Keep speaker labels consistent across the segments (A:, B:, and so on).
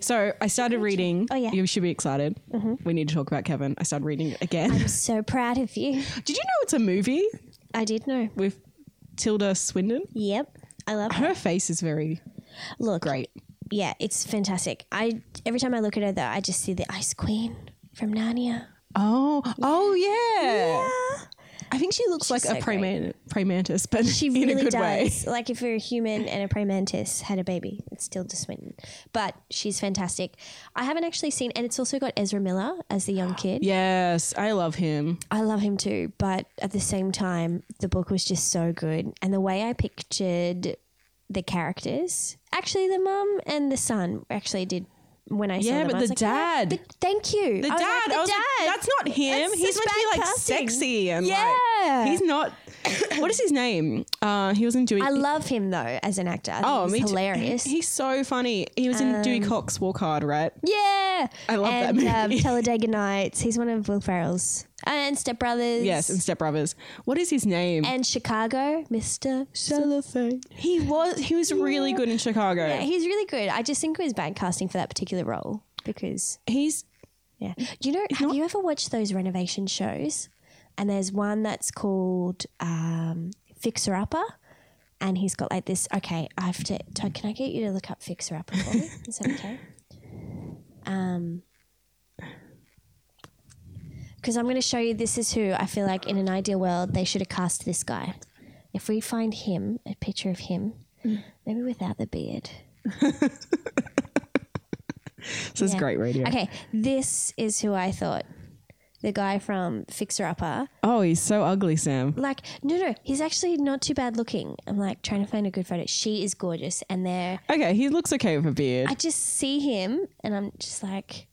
A: So I started reading.
B: Oh, yeah. Mm-hmm.
A: You should be excited. We need to talk about Kevin. I started reading it again.
B: I'm so proud of you.
A: Did you know it's a movie
B: I did know.
A: with Tilda Swinton?
B: Yep. I love her.
A: Her face is very
B: Look,
A: great.
B: yeah, it's fantastic. I every time I look at her though, I just see the Ice Queen from Narnia.
A: Oh, oh yeah. I think she looks like
B: She's
A: a
B: so
A: praying man- praying mantis, but
B: She
A: in
B: really
A: a good way.
B: does. Like if you're a human and a praying mantis had a baby, it's still to Swinton. But she's fantastic. I haven't actually seen, and it's also got Ezra Miller as the young kid.
A: Yes, I love him.
B: I love him too, but at the same time, the book was just so good, and the way I pictured the characters, actually, the mum and the son, actually did when I saw
A: Yeah,
B: them,
A: but
B: I was
A: the
B: like, "Ah,
A: dad."
B: the- thank you,
A: The
B: I was
A: dad,
B: like, the
A: I was like,
B: dad,
A: that's not him.
B: That's
A: he's
B: such
A: meant to be
B: bad
A: like
B: casting."
A: sexy and
B: Yeah.
A: like he's not. what is his name? Uh, he was in Dewey.
B: I love him though as an actor. I think
A: oh,
B: he's
A: me too.
B: hilarious. Um,
A: He's so funny. He was in Dewey Cox Walk Hard, right?
B: yeah,
A: I love that
B: and, Um,
A: movie.
B: Talladega Nights. He's one of Will Ferrell's and Step Brothers.
A: Yes, and Step Brothers. What is his name?
B: and Chicago, Mister.
A: He was he was really good in Chicago.
B: Yeah, he's really good. I just think it was bad casting for that particular role because
A: he's
B: Yeah. You know, have you ever watched those renovation shows? And there's one that's called um, Fixer Upper. And he's got like this. Okay, I have to. Todd, can I get you to look up Fixer Upper for me? Is that okay? Um, because I'm going to show you this is who I feel like in an ideal world they should have cast this guy. If we find him, a picture of him, maybe without the beard.
A: this is
B: Yeah.
A: great radio.
B: Okay, this is who I thought. The guy from Fixer Upper.
A: Oh, he's so ugly, Sam.
B: Like, no, no, he's actually not too bad looking. I'm like trying to find a good photo. She is gorgeous, and there,
A: Okay, he looks okay with a beard.
B: I just see him, and I'm just like,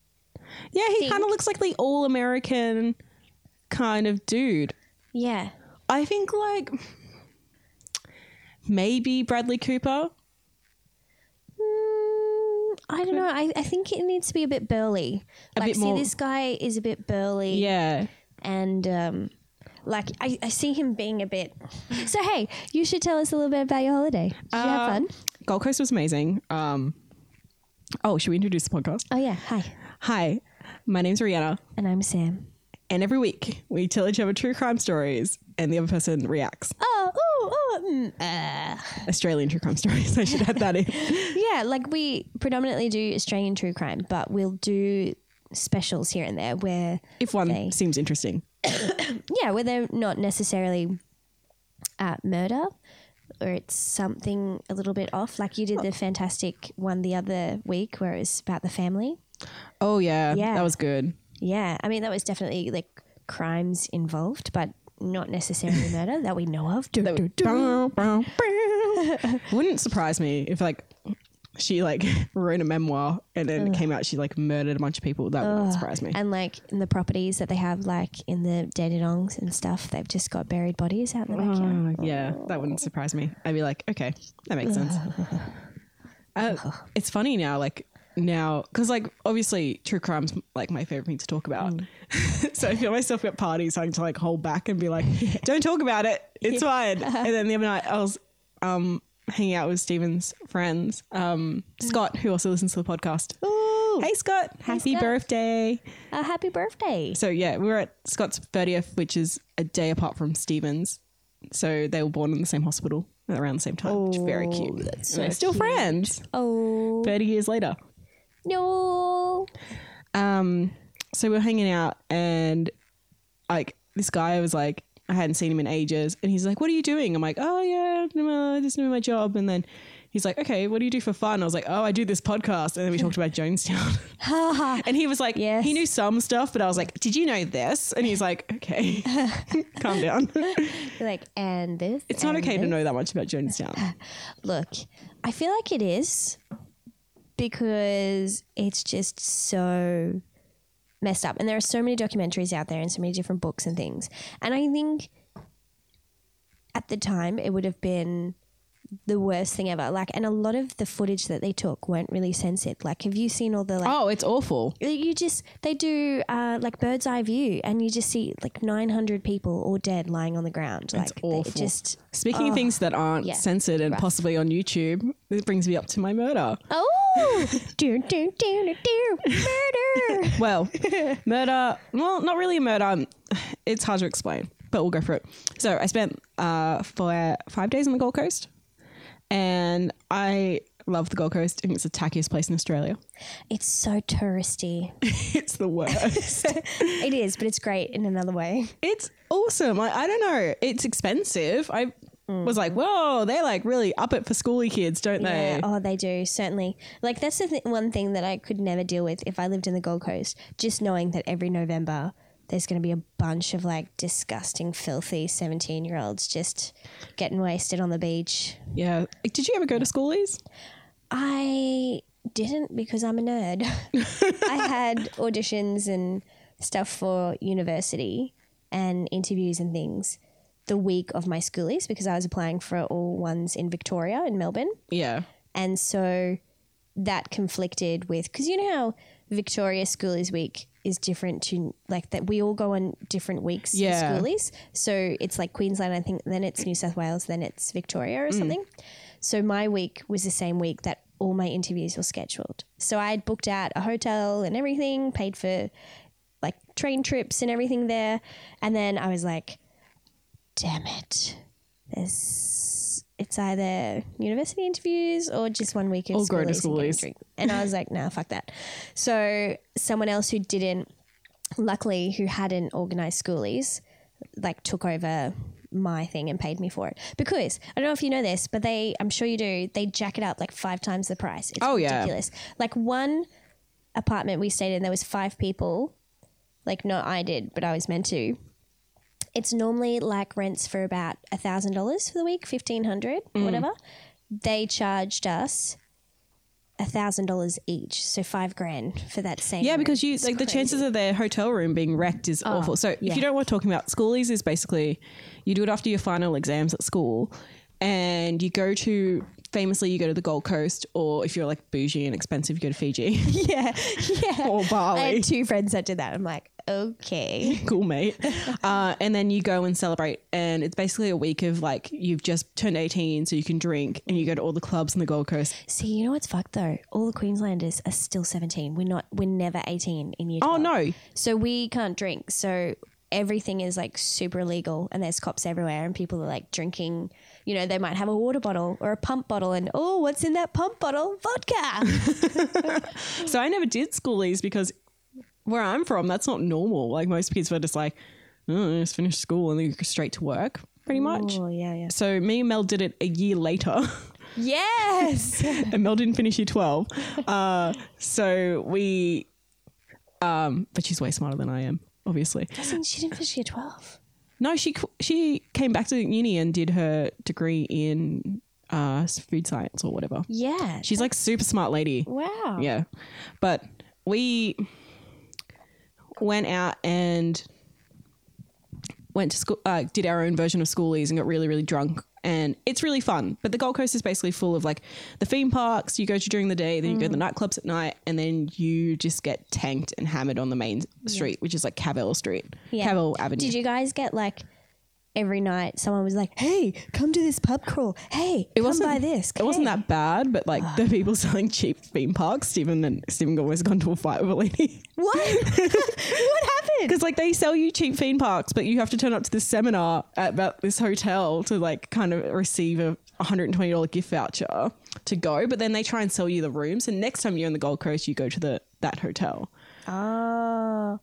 A: yeah, he
B: think-
A: kind of looks like the all American kind of dude.
B: yeah,
A: I think like maybe Bradley Cooper.
B: mm, I don't know. I, I think it needs to be a bit burly.
A: A
B: Like,
A: bit
B: see,
A: more-
B: this guy is a bit burly.
A: Yeah.
B: and um, like I, I see him being a bit. So hey, you should tell us a little bit about your holiday. Did you have
A: Uh,
B: fun?
A: Gold Coast was amazing. Um, oh, should we introduce the podcast?
B: Oh yeah. Hi,
A: Hi, my name's Rihanna,
B: and I'm Sam.
A: and every week we tell each other true crime stories, and the other person reacts.
B: Oh, oh, oh. Mm, uh.
A: Australian true crime stories. I should add that in.
B: Yeah, like we predominantly do Australian true crime, but we'll do specials here and there where
A: If one
B: Okay.
A: seems interesting.
B: yeah, where they're not necessarily uh, murder or it's something a little bit off. Like you did the fantastic one the other week where it was about the family.
A: Oh yeah,
B: Yeah.
A: that was good.
B: Yeah, I mean that was definitely like crimes involved, but not necessarily murder that we know of. Do, do, do.
A: Bow, bow, bow. Wouldn't surprise me if like she like wrote a memoir and then it came out she like murdered a bunch of people. That would not surprise me.
B: And like in the properties that they have, like in the Dandenongs and stuff, they've just got buried bodies out in the backyard.
A: Uh, yeah, that wouldn't surprise me. I'd be like, okay, that makes sense. Uh, it's funny now, like now, because like obviously true crime's like my favorite thing to talk about.
B: Mm.
A: so I feel myself at parties having to like hold back and be like, don't talk about it. It's fine. And then the other night I was um hanging out with Steven's friends, um Scott, who also listens to the podcast.
B: Ooh.
A: Hey Scott, happy
B: Scott.
A: birthday.
B: Uh, happy birthday.
A: So yeah, we were at Scott's 30th, which is a day apart from Stevens. So they were born in the same hospital around the same time, which is very cute. Oh, That's and they're still friends
B: Oh
A: 30 years later.
B: no!
A: Um, so we were hanging out and like this guy was like, I hadn't seen him in ages. And he's like, what are you doing? I'm like, oh yeah, I'm, uh, just doing my job. And then he's like, okay, what do you do for fun? I was like, oh, I do this podcast. And then we talked about Jonestown.
B: Ha ha!
A: And he was like,
B: Yes.
A: he knew some stuff, but I was like, did you know this? And he's like, okay, calm down.
B: Like and this.
A: It's not
B: and
A: okay to
B: this.
A: know that much about Jonestown.
B: Look, I feel like it is because it's just so messed up, and there are so many documentaries out there and so many different books and things. And I think at the time it would have been the worst thing ever. Like, and a lot of the footage that they took weren't really censored. Like, have you seen all the like?
A: Oh, it's awful.
B: You just they do uh, like bird's eye view, and you just see like nine hundred people all dead lying on the ground. Like,
A: It's
B: they-
A: awful.
B: It just
A: Speaking of things that aren't
B: yeah,
A: censored and possibly on YouTube, it brings me up to my murder.
B: oh, do do do do do murder.
A: Well, murder. Well, not really a murder. It's hard to explain, but we'll go for it. So I spent uh, for five days on the Gold Coast, and I love the Gold Coast. I think it's the tackiest place in Australia.
B: It's so touristy.
A: it's the worst.
B: it is, but it's great in another way.
A: it's awesome. Like, I don't know. It's expensive. I was like, whoa, they're like really up it for schooly kids, don't
B: Yeah.
A: they?
B: Oh, they do certainly. Like that's the th- one thing that I could never deal with if I lived in the Gold Coast. Just knowing that every November there's going to be a bunch of like disgusting, filthy seventeen-year-olds just getting wasted on the beach.
A: Yeah. Like, Did you ever go to schoolies?
B: I didn't because I'm a nerd. I had auditions and stuff for university and interviews and things the week of my schoolies because I was applying for all ones in Victoria in Melbourne.
A: Yeah.
B: And so that conflicted with because you know how Victoria Schoolies Week is different to like that we all go on different weeks
A: Yeah.
B: for schoolies. So it's like Queensland, I think, then it's New South Wales, then it's Victoria or something. So my week was the same week that all my interviews were scheduled. So I had booked out a hotel and everything, paid for like train trips and everything there. And then I was like, damn it. There's it's either university interviews or just one week of
A: Or go to
B: schoolies and get a
A: schoolies.
B: drink. And I was like, nah, fuck that. So someone else who didn't, luckily who hadn't organized schoolies, like took over my thing and paid me for it. Because I don't know if you know this, but they I'm sure you do, they jack it up like five times the price. It's
A: Oh, yeah.
B: ridiculous. Like one apartment we stayed in, there was five people. Like not I did, but I was meant to it's normally like rents for about a thousand dollars for the week, fifteen hundred,
A: Mm.
B: whatever. They charged us a thousand dollars each, so five grand for that same.
A: Yeah,
B: room.
A: because you like the chances of their hotel room being wrecked is awful. So if
B: Oh, yeah.
A: you don't want talking about schoolies, is basically you do it after your final exams at school, and you go to famously you go to the Gold Coast, or if you're like bougie and expensive, you go to Fiji
B: yeah, yeah.
A: or
B: I
A: Bali.
B: had two friends that did that. I'm like, okay,
A: cool mate uh, and then you go and celebrate and it's basically a week of like you've just turned 18 so you can drink and you go to all the clubs on the gold coast
B: see, you know what's fucked though? All the Queenslanders are still seventeen. We're not. We're never eighteen in year.
A: oh
B: 12.
A: no
B: So we can't drink. So everything is like super illegal and there's cops everywhere and people are like drinking, you know, they might have a water bottle or a pump bottle and oh, what's in that pump bottle? Vodka.
A: so i never did schoolies because where i'm from that's not normal like most kids were just like oh, just finish school and then you go straight to work pretty much
B: oh, yeah, yeah.
A: so me and mel did it a year later
B: Yes.
A: and Mel didn't finish year 12. Uh, so we, um, but she's way smarter than I am, obviously.
B: Doesn't she didn't finish year 12.
A: No, she she came back to uni and did her degree in uh, food science or whatever.
B: Yeah.
A: She's like super smart lady.
B: wow.
A: Yeah, but we went out and went to school, uh, did our own version of schoolies and got really really drunk. And it's really fun, but the Gold Coast is basically full of like the theme parks you go to during the day, then you go to the
B: Mm.
A: nightclubs at night, and then you just get tanked and hammered on the main street, which is like Cavell Street,
B: Yeah.
A: Cavell Avenue.
B: Did you guys get like every night someone was like, hey, come to this pub crawl. Hey, it come
A: wasn't-
B: buy this.
A: It wasn't
B: Hey."
A: that bad, but like the people selling cheap theme parks, Stephen and Stephen got always gone to a fight with a lady.
B: What? what happened?
A: Because like they sell you cheap theme parks, but you have to turn up to this seminar at about this hotel to like kind of receive a $120 gift voucher to go. But then they try and sell you the room. So next time you're on the Gold Coast, you go to the that hotel.
B: Oh.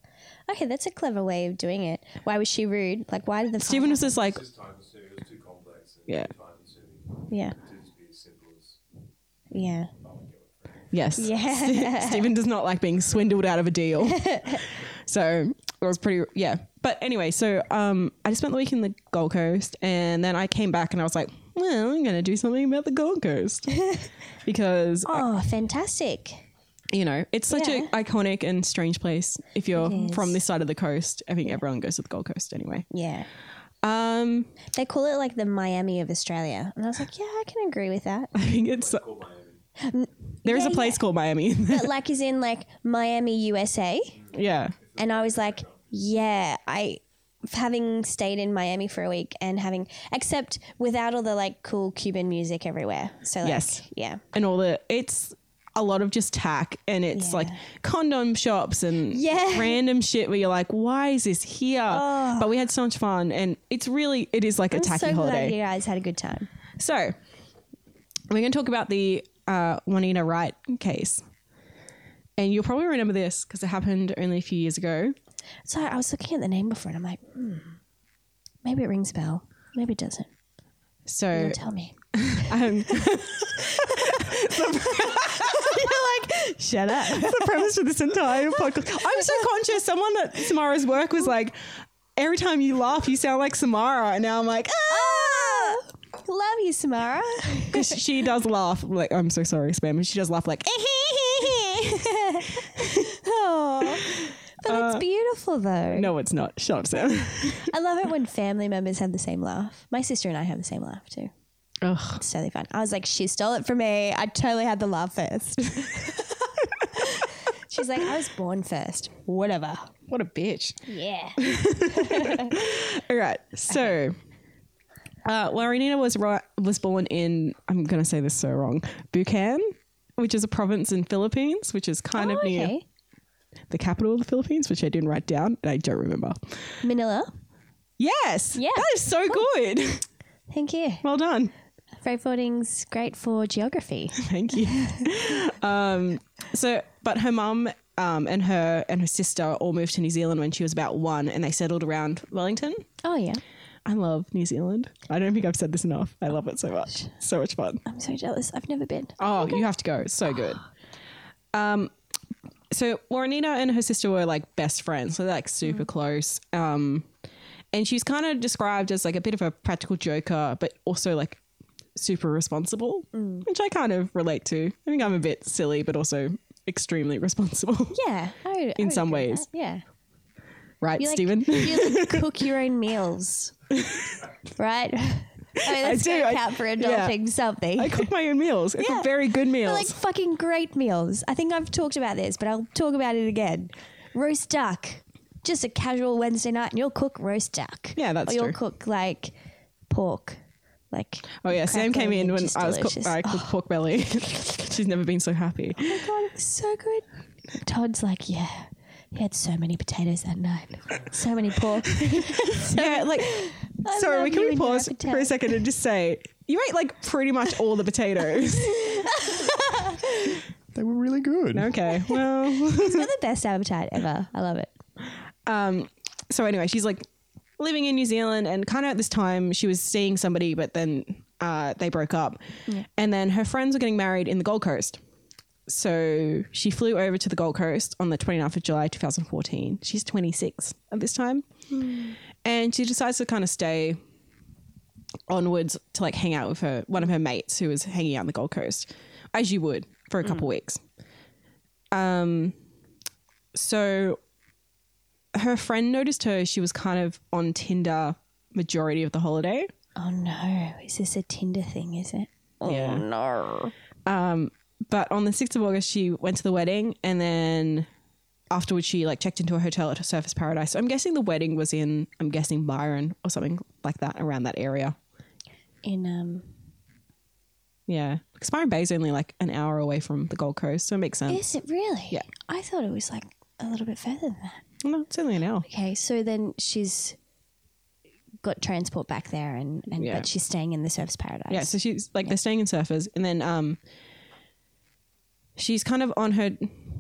B: Okay, that's a clever way of doing it. Why was she rude? Like, why did the
A: Stephen was just like,
C: It's just time consuming. It was too complex. And
A: Yeah.
C: Too time consuming.
B: Yeah,
C: It needed to be as simple as
B: yeah,
A: yes.
B: yeah.
A: Stephen does not like being swindled out of a deal. so it was pretty, yeah. But anyway, so um, I just spent the week in the Gold Coast and then I came back and I was like, well, I'm going to do something about the Gold Coast because,
B: oh, fantastic!
A: you know, it's such an
B: Yeah.
A: iconic and strange place. If you're
B: It is.
A: from this side of the coast, I think everyone goes to the Gold Coast anyway.
B: Yeah,
A: Um,
B: They call it like the Miami of Australia. And I was like, yeah, I can agree with that.
A: I think it's
C: Call Miami.
A: there is
B: Yeah,
A: a place called Miami.
B: But like, is in like Miami, USA.
A: yeah,
B: And I was like, yeah, I having stayed in Miami for a week and having except without all the like cool Cuban music everywhere. So like,
A: Yes.
B: yeah.
A: and all the it's a lot of just tack and it's
B: Yeah.
A: like condom shops and
B: Yeah. Oh.
A: random shit where you're like, why is this here? But we had so much fun and it's really it is like a
B: I'm
A: tacky
B: so glad you
A: holiday.
B: guys had a good time.
A: So we're gonna talk about the uh, Juanita Wright case. And you'll probably remember this because it happened only a few years ago.
B: So I was looking at the name before and I'm like, hmm, maybe it rings a bell. Maybe it doesn't.
A: So
B: You'll tell me.
A: um,
B: Shut up.
A: the premise for this entire podcast. I'm so conscious. Someone at Samara's work was like, every time you laugh, you sound like Samara. And now I'm like, Oh.
B: Ah! Love you, Samara.
A: because she does laugh. Like, I'm so sorry, Spam. She does laugh like,
B: oh, but it's beautiful though.
A: Uh, no, it's not. Shut up, Sam.
B: I love it when family members have the same laugh. My sister and I have the same laugh too.
A: Ugh.
B: It's totally fun. I was like, she stole it from me. I totally had the laugh first. She's like, I was born first. Whatever. Oh,
A: What a bitch.
B: Yeah.
A: All right. So, uh, Laurinina was ri- was born in, I'm going to say this so wrong, Bucan, which is a province in Philippines, which is kind of near
B: okay.
A: the capital of the Philippines, which I didn't write down and I don't remember.
B: Manila.
A: Yes.
B: Yeah.
A: That is so good.
B: Thank you.
A: Well done.
B: Freight forwarding's great for geography.
A: Thank you. um, so, but her mum um, and her and her sister all moved to New Zealand when she was about one, and they settled around Wellington.
B: Oh, yeah.
A: I love New Zealand. I don't think I've said this enough. I love it so much. So much fun.
B: I'm so jealous. I've never been.
A: Oh, you have to go. It's
B: Ah.
A: so good. Um, so Laurinina and her sister were like best friends, so they're like super
B: Mm.
A: close. Um, and she's kind of described as like a bit of a practical joker, but also like super responsible,
B: Mm.
A: which I kind of relate to. I think I'm a bit silly, but also extremely responsible,
B: Yeah. I would- I
A: In
B: would
A: some
B: agree with
A: ways.
B: that. Yeah.
A: right,
B: You like,
A: Stephen?
B: You like cook your own meals, right? I mean, that's
A: do,
B: gonna
A: I-
B: count for
A: yeah.
B: adulting something.
A: I cook my own meals. I
B: Yeah.
A: cook very good
B: They're,
A: meals.
B: like fucking great meals. I think I've talked about this, but I'll talk about it again. Roast duck, just a casual Wednesday night, and you'll cook roast duck.
A: Yeah, that's
B: Or you'll
A: true.
B: cook like pork, like
A: oh yeah, Sam came
B: crackling
A: in
B: and
A: when
B: just
A: I was cook-
B: delicious.
A: I cooked pork belly. She's never been so happy.
B: Oh my god, it was so good. Todd's like, yeah. He had so many potatoes that night. So many pork.
A: Yeah, like
B: I
A: sorry,
B: love
A: we can
B: you
A: we
B: and your
A: pause for a
B: appetite.
A: second and just say you ate like pretty much all the potatoes.
D: They were really good.
A: okay, well,
B: He's got the best appetite ever. I love it.
A: so anyway, she's like living in New Zealand, and kind of at this time she was seeing somebody, but then uh, they broke up, and then her friends were getting married in the Gold Coast. So she flew over to the Gold Coast on the 29th of July 2014. She's 26 at this time. And she decides to kind of stay onwards to like hang out with her one of her mates who was hanging out on the Gold Coast, as you would for a couple weeks. Um, so her friend noticed her. She was kind of on Tinder majority of the holiday.
B: Oh no, is this a Tinder thing, is it? Oh
A: Yeah.
B: no.
A: But on the 6th of August, she went to the wedding and then afterwards she like checked into a hotel at Surface Paradise. So I'm guessing the wedding was in, I'm guessing Byron or something like that around that area.
B: In um
A: Yeah. Because Byron Bay's only like an hour away from the Gold Coast. So it makes sense.
B: Is it really?
A: Yeah.
B: I thought it was like a little bit further than that.
A: No, it's only an hour.
B: Okay, so then she's got transport back there and, and
A: Yeah.
B: but she's staying in the surf's paradise.
A: Yeah, so she's like they're staying in surfers, and then um, she's kind of on her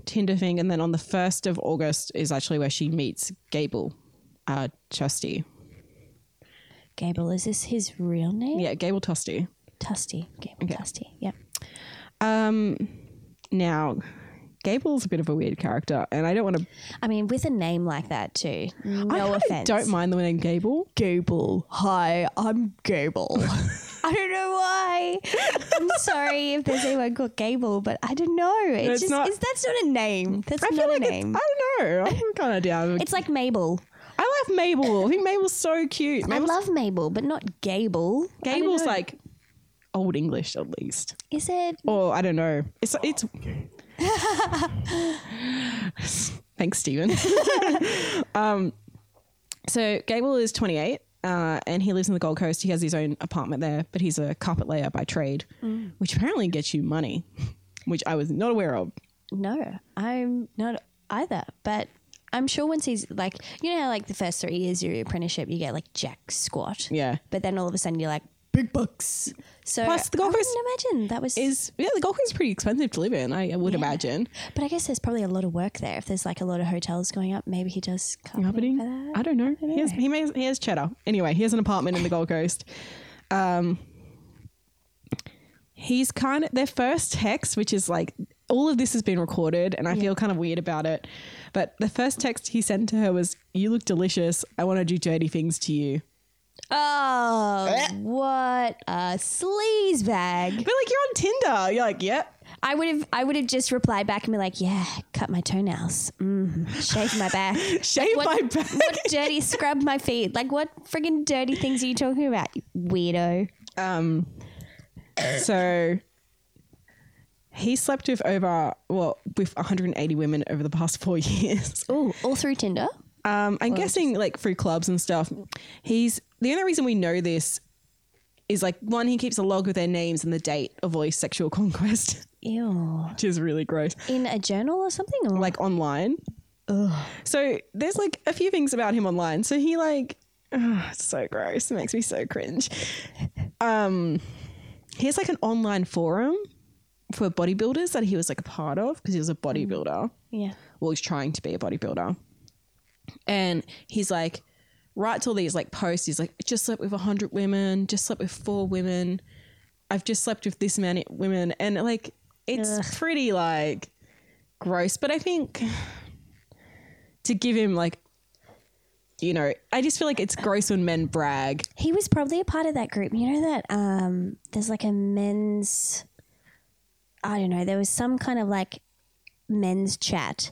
A: Tinder thing, and then on the first of August is actually where she meets Gable, uh, Tusty.
B: Gable, is this his real name?
A: Yeah, Gable Tusty.
B: Tusty. Gable Tusty. Yep.
A: Now, Gable's a bit of a weird character, and I don't want to.
B: I mean, with a name like that too. No
A: Mm. I kinda
B: offense.
A: Don't mind the name Gable.
B: Gable. Hi, I'm Gable. I don't know why. I'm sorry if there's anyone called Gable, but I don't know. It's,
A: it's
B: just
A: not-
B: it's, that's not a name. That's
A: I
B: not
A: feel like
B: a
A: it's,
B: name.
A: I don't know. I'm kind of down.
B: It's like Mabel.
A: I love Mabel. I think Mabel's so cute.
B: I
A: Mabel's,
B: love Mabel, but not Gable. I don't
A: Gable's
B: know.
A: like old English at least,
B: Is it?
A: or I don't know. It's it's. Thanks, Stephen. um, so Gable is 28, uh, and he lives in the Gold Coast. He has his own apartment there, but he's a carpet layer by trade, which apparently gets you money, which I was not aware of.
B: No, I'm not either. But I'm sure once he's like, you know, how, like the first three years of your apprenticeship, you get like jack squat.
A: Yeah.
B: But then all of a sudden you're like big bucks. So
A: Plus, the Gold
B: I
A: Coast
B: wouldn't imagine that was.
A: Is yeah, the Gold Coast is pretty expensive to live in. I, I would imagine.
B: but I guess there's probably a lot of work there. If there's like a lot of hotels going up, maybe he does carpeting
A: happening?
B: for that.
A: I don't know. He has, he, may, he has cheddar. Anyway, he has an apartment in the Gold Coast. Um, he's kind of their first text, which is like all of this has been recorded, and I feel kind of weird about it. But the first text he sent to her was, "You look delicious. I want to do dirty things to you."
B: Oh, what a sleaze bag!
A: But like you're on Tinder, you're like, "Yep."
B: I would have, I would have just replied back and be like, "Yeah, cut my toenails, mm, shave my back,
A: Shave
B: What-
A: my back.
B: what dirty scrub my feet? Like, what friggin' dirty things are you talking about, you weirdo?
A: Um, so he slept with over well with 180 women over the past four years.
B: Oh, all through Tinder.
A: Um, I'm guessing like through clubs and stuff. He's the only reason we know this is like one, he keeps a log of their names and the date of all his sexual conquest,
B: Ew.
A: which is really gross.
B: In a journal or something? Or
A: Like online. So there's like a few things about him online. So he like oh, it's so gross. It makes me so cringe. Um he has like an online forum for bodybuilders that he was like a part of because he was a bodybuilder
B: yeah.
A: well he's trying to be a bodybuilder and he's like writes all these like posts he's like just slept with 100 women just slept with four women i've just slept with this many women and like it's pretty like gross but i think to give him like you know i just feel like it's gross when men brag
B: He was probably a part of that group. You know that um, there's like a men's. I don't know. There was some kind of like men's chat,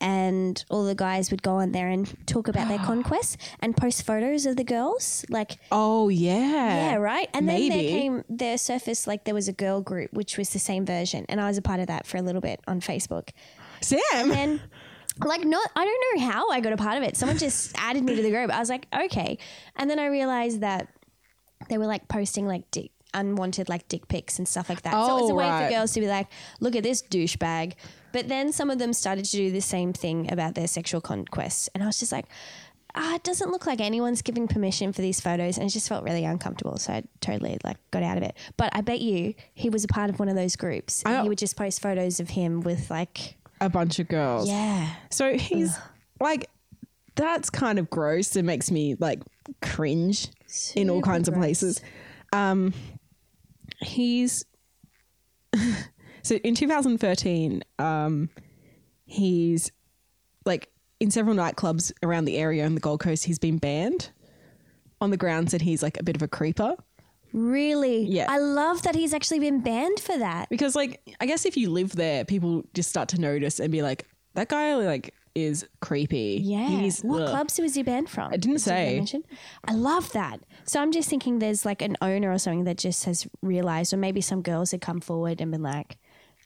B: and all the guys would go on there and talk about their conquests and post photos of the girls, like
A: oh yeah
B: Yeah, right. And then
A: Maybe.
B: there came there surfaced like there was a girl group which was the same version, and I was a part of that for a little bit on Facebook.
A: sam
B: Then, like, not I don't know how I got a part of it. Someone just added me to the group. I was like, okay, and then I realized that they were like posting like dick unwanted like dick pics and stuff like that. so it was
A: Oh,
B: a way
A: right.
B: for girls to be like, look at this douchebag. But then some of them started to do the same thing about their sexual conquests, and I was just like. Ah, it doesn't look like anyone's giving permission for these photos, and it just felt really uncomfortable. So I totally like got out of it. But I bet you he was a part of one of those groups. And
A: don't-
B: he would just post photos of him with like,
A: a bunch of girls
B: yeah,
A: So he's like, that's kind of gross. It makes me like cringe in all
B: Super
A: kinds of
B: gross.
A: places. Um, he's so in 2013, um, he's like in several nightclubs around the area on the Gold Coast, he's been banned on the grounds that he's like a bit of a creeper.
B: Really?
A: Yeah.
B: I love that he's actually been banned for that.
A: because like i guess if you live there people just start to notice and be like that guy like is creepy
B: Yeah.
A: he's
B: what
A: ugh."
B: clubs was he banned from? I
A: didn't say.
B: I love that. So I'm just thinking there's like an owner or something that just has realized, or maybe some girls had come forward and been like,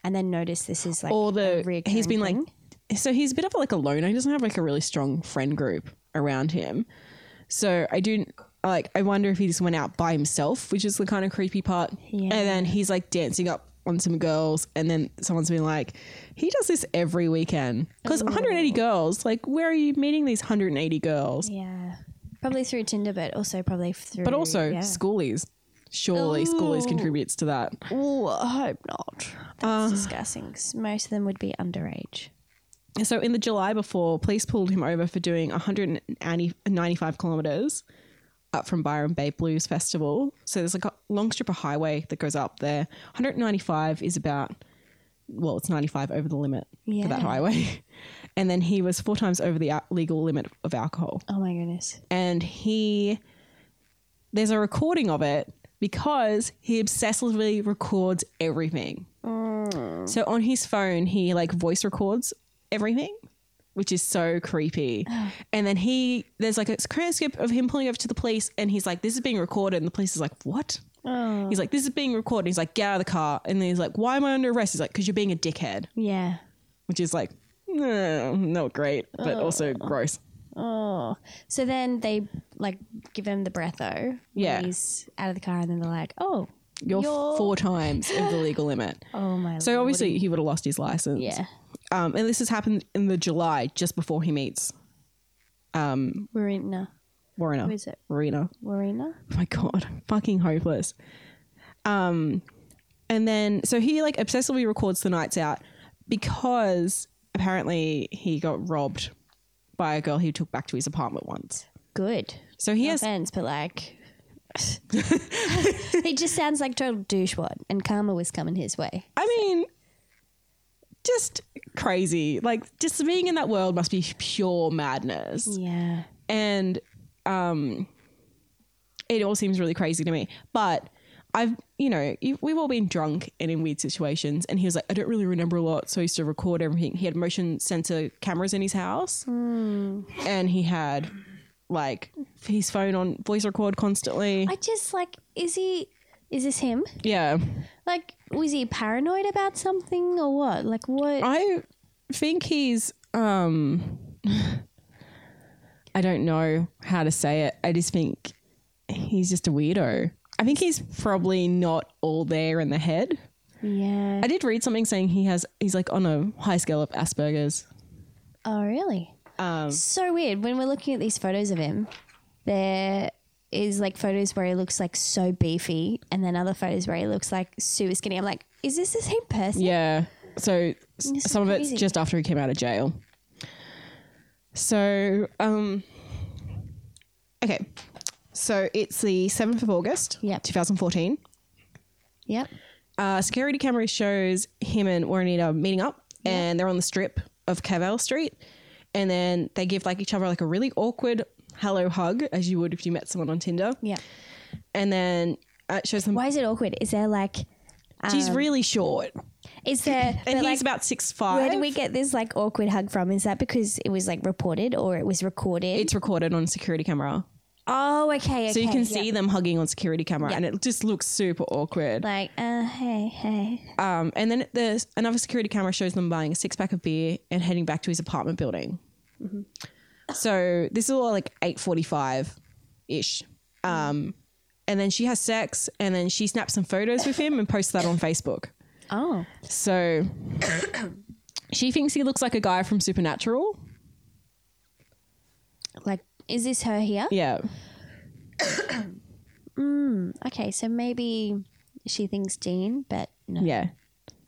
B: and then noticed this is like,
A: or
B: a
A: the
B: reoccurring
A: he's been like
B: thing.
A: so he's a bit of like a loner he doesn't have like a really strong friend group around him so i do like i wonder if he just went out by himself which is the kind of creepy part and then he's like dancing up on some girls and then someone's been like he does this every weekend because
B: Oh.
A: 180 girls like where are you meeting these 180 girls
B: yeah, probably through Tinder, but also probably through,
A: But also
B: yeah.
A: schoolies. Surely schoolies contributes to that.
B: Ooh, I hope not. That's
A: Uh.
B: disgusting. 'cause most of them would be underage.
A: So in the July before, police pulled him over for doing 195 kilometers up from Byron Bay Blues Festival. So there's like a long strip of highway that goes up there. 195 is about well, it's 95 over the limit for that
B: Yeah.
A: highway. And then he was four times over the al- legal limit of alcohol.
B: Oh my goodness.
A: and he there's a recording of it because he obsessively records everything. So on his phone, he like voice records everything which is so creepy. and then he, there's like a transcript of him pulling over to the police, and he's like, "This is being recorded," and the police is like, "What?" He's like, "This is being recorded." He's like, "Get out of the car," and then he's like, "Why am I under arrest?" He's like, "Because you're being a dickhead,"
B: Yeah.
A: which is like, no, not great, but also gross.
B: Oh. So then they like give him the breatho.
A: Yeah.
B: He's out of the car and then they're like, oh,
A: You're, four times of the legal limit.
B: Oh my.
A: So obviously he would have lost his license.
B: Yeah.
A: Um, and this has happened in the July, just before he meets
B: We're in no.
A: Warner.
B: Who is it?
A: Warner.
B: Warina?
A: Oh my god, I'm fucking hopeless. Um, and then so he like obsessively records the nights out because apparently he got robbed by a girl he took back to his apartment once.
B: Good.
A: So he
B: No
A: has
B: offense, but like, he just sounds like total douchewad, and karma was coming his way.
A: I mean, just crazy. Like, just being in that world must be pure madness.
B: Yeah.
A: And um, it all seems really crazy to me. But I've, you know, you- we've all been drunk and in weird situations. And he was like, I don't really remember a lot. So I used to record everything. He had motion sensor cameras in his house. And he had like his phone on voice record constantly.
B: I just like, is he? Is this him?
A: yeah.
B: Like, was he paranoid about something or what? Like, what?
A: I think he's um I don't know how to say it. I just think he's just a weirdo. I think he's probably not all there in the head.
B: yeah.
A: I did read something saying he has he's like on a high scale of Asperger's.
B: oh, really?
A: Um
B: So weird. When we're looking at these photos of him, there is like photos where he looks like so beefy, and then other photos where he looks like super skinny. I'm like, is this the same person?
A: yeah. So s-
B: This is
A: some of it's
B: crazy.
A: just after he came out of jail. So um okay. So it's the 7th of August,
B: Yep.
A: 2014.
B: Yep.
A: uh, security camera shows him and Warrenita meeting up, and they're on the strip of Cavell Street, and then they give like each other like a really awkward hello hug, as you would if you met someone on Tinder,
B: Yep.
A: and then uh, it shows them.
B: Why is it awkward? Is there like,
A: She's really short,
B: is there?
A: and
B: but,
A: he's
B: um, like,
A: about six
B: Where
A: five.
B: did we get this like awkward hug from? Is that because it was like reported or it was recorded?
A: it's recorded on security camera,
B: oh, okay, okay.
A: so you can
B: yeah.
A: see them hugging on security camera, and it just looks super awkward.
B: like, uh, hey, hey.
A: Um, and then there's another security camera shows them buying a six pack of beer and heading back to his apartment building. So this is all like eight forty five ish. Um, and then she has sex, and then she snaps some photos with him and posts that on Facebook.
B: Oh,
A: So she thinks he looks like a guy from Supernatural.
B: like, is this her here?
A: Yeah,
B: Okay, so maybe she thinks Dean, but no.
A: yeah.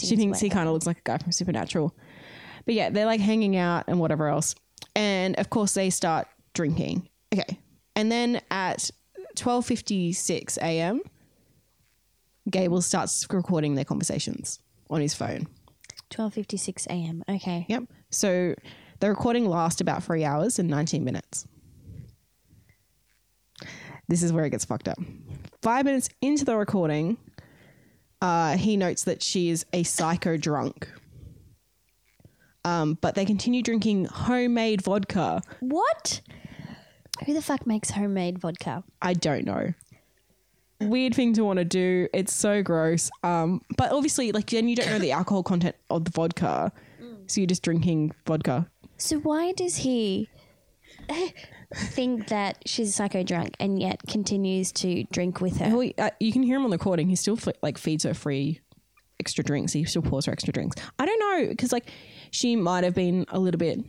A: She
B: Dean's
A: thinks he
B: way
A: kind of looks like a guy from Supernatural. But yeah, they're like hanging out and whatever else. And of course they start drinking. Okay. And then at 12:56 a.m. Gable starts recording their conversations on his phone.
B: Twelve fifty six a.m. Okay.
A: Yep. So the recording lasts about 3 hours and 19 minutes. This is where it gets fucked up. 5 minutes into the recording, uh, he notes that she is a psycho drunk. Um, but they continue drinking homemade vodka.
B: What? Who the fuck makes homemade vodka?
A: I don't know. Weird thing to want to do. It's so gross. Um, but obviously, like then you don't know the alcohol content of the vodka, so you're just drinking vodka.
B: So why does he think that she's psycho drunk and yet continues to drink with her?
A: Well, uh, you can hear him on the recording. He still f- like feeds her free extra drinks. He still pours her extra drinks. I don't know because like she might have been a little bit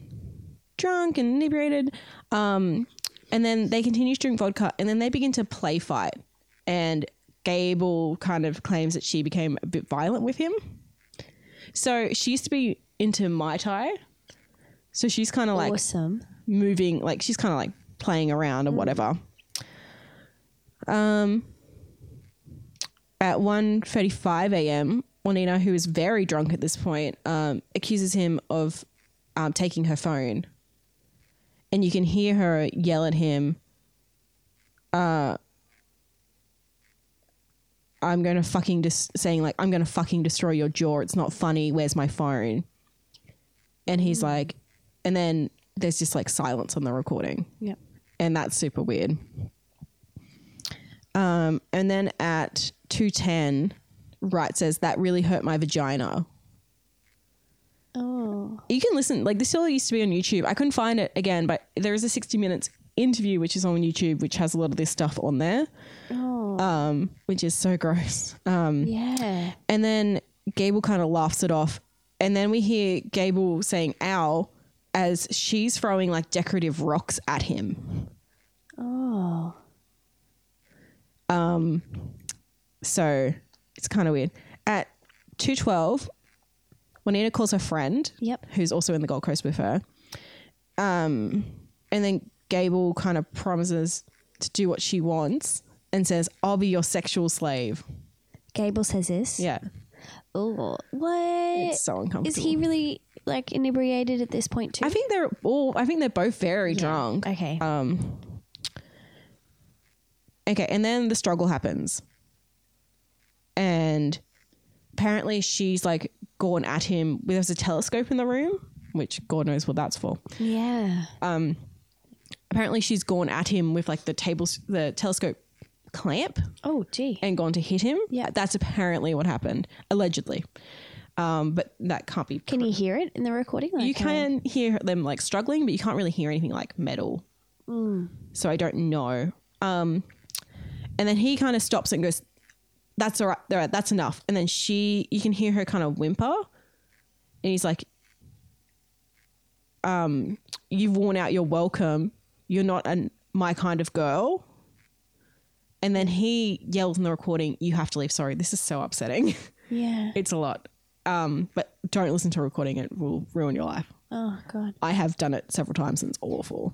A: drunk and inebriated. Um, and then they continue to drink vodka, and then they begin to play fight. And Gable kind of claims that she became a bit violent with him. So she used to be into Mai Tai. So she's kind of like
B: awesome.
A: moving like she's kind of like playing around or whatever um at 1.35 a.m juanina who is very drunk at this point um, accuses him of um, taking her phone and you can hear her yell at him uh, i'm gonna fucking just saying like i'm gonna fucking destroy your jaw it's not funny where's my phone and he's like and then there's just like silence on the recording,
B: Yep.
A: and that's super weird. Um, and then at two ten, Wright says that really hurt my vagina.
B: Oh.
A: You can listen like this. All used to be on YouTube. I couldn't find it again, but there is a sixty minutes interview which is on YouTube, which has a lot of this stuff on there,
B: Oh.
A: um, which is so gross.
B: yeah.
A: And then Gable kind of laughs it off. And then we hear Gable saying ow as she's throwing like decorative rocks at him.
B: Oh.
A: Um, So it's kind of weird. At 212, Juanita calls her friend,
B: Yep.
A: who's also in the Gold Coast with her. Um, and then Gable kind of promises to do what she wants and says, I'll be your sexual slave.
B: Gable says this.
A: Yeah.
B: Oh. What?
A: It's so uncomfortable.
B: Is he really like inebriated at this point too?
A: I uh, think they're all. I think they're both very drunk.
B: Okay.
A: Okay, and then the struggle happens. And apparently she's like gone at him. There's a telescope in the room, which God knows what that's for.
B: yeah.
A: uh, Apparently she's gone at him with like the table, the telescope clamp
B: oh, gee.
A: and gone to hit him.
B: Yeah.
A: That's apparently what happened, allegedly. Um, but that can't be.
B: Can you hear it in the recording? Like,
A: you
B: uh,
A: can hear them like struggling, but you can't really hear anything like metal. So I don't know. Um, and then he kind of stops and goes, "That's all right, all right, that's enough." And then she, you can hear her kind of whimper, and he's like, "Um, you've worn out your welcome. You're not an, my kind of girl." And then he yells in the recording, "You have to leave." Sorry, this is so upsetting.
B: Yeah.
A: it's a lot. Um, but don't listen to a recording; it will ruin your life.
B: Oh God.
A: I have done it several times and it's awful.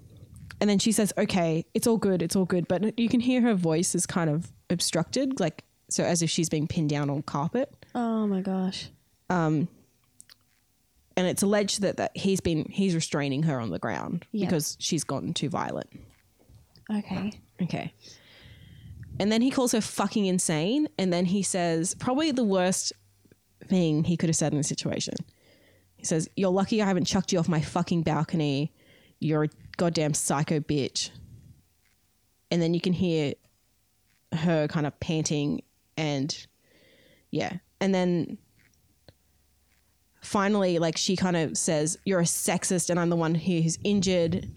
A: And then she says, okay, it's all good, it's all good. But you can hear her voice is kind of obstructed, like, so as if she's being pinned down on carpet.
B: Oh my gosh.
A: And it's alleged that, that he's been, he's restraining her on the ground
B: Yeah.
A: because she's gotten too violent.
B: Okay.
A: Okay. And then he calls her fucking insane. And then he says, probably the worst thing he could have said in the situation. He says, You're lucky I haven't chucked you off my fucking balcony. You're a goddamn psycho bitch. And then you can hear her kind of panting and yeah. And then finally, like she kind of says, You're a sexist and I'm the one here who's injured.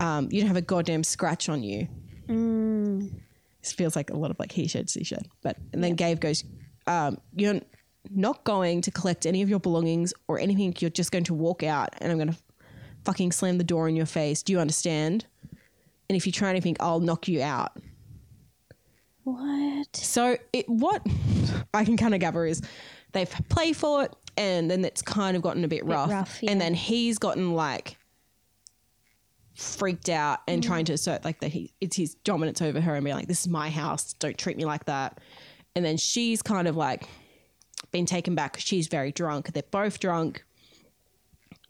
A: Um, you don't have a goddamn scratch on you. This feels like a lot of like he should, she should. But and then Gabe goes, um, you're not going to collect any of your belongings or anything. You're just going to walk out, and I'm going to fucking slam the door in your face. Do you understand? And if you try anything, I'll knock you out.
B: What?
A: So it what I can kind of gather is they've played for it, and then it's kind of gotten a bit rough,
B: rough, yeah.
A: and then he's gotten like freaked out and trying to assert like that he it's his dominance over her and being like this is my house don't treat me like that and then she's kind of like been taken back 'cause she's very drunk they're both drunk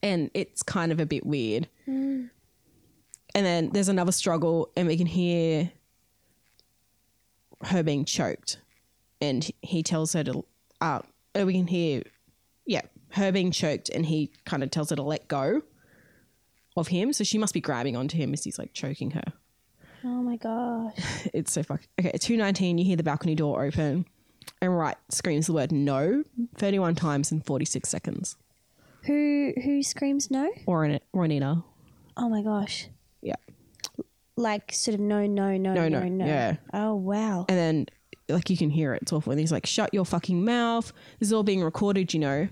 A: and it's kind of a bit weird
B: Mm.
A: and then there's another struggle and we can hear her being choked and he tells her to uh oh, we can hear yeah her being choked and he kind of tells her to let go of him so she must be grabbing onto him as he's like choking her
B: Oh my gosh.
A: it's so fucked okay at 219 you hear the balcony door open and right screams the word no 31 times in 46 seconds
B: Who who screams no?
A: or in it Ronina
B: Oh my gosh.
A: yeah
B: Like sort of no no no
A: No,
B: no
A: no,
B: no.
A: yeah.
B: Oh wow.
A: and then like you can hear it it's awful and he's like shut your fucking mouth this is all being recorded you know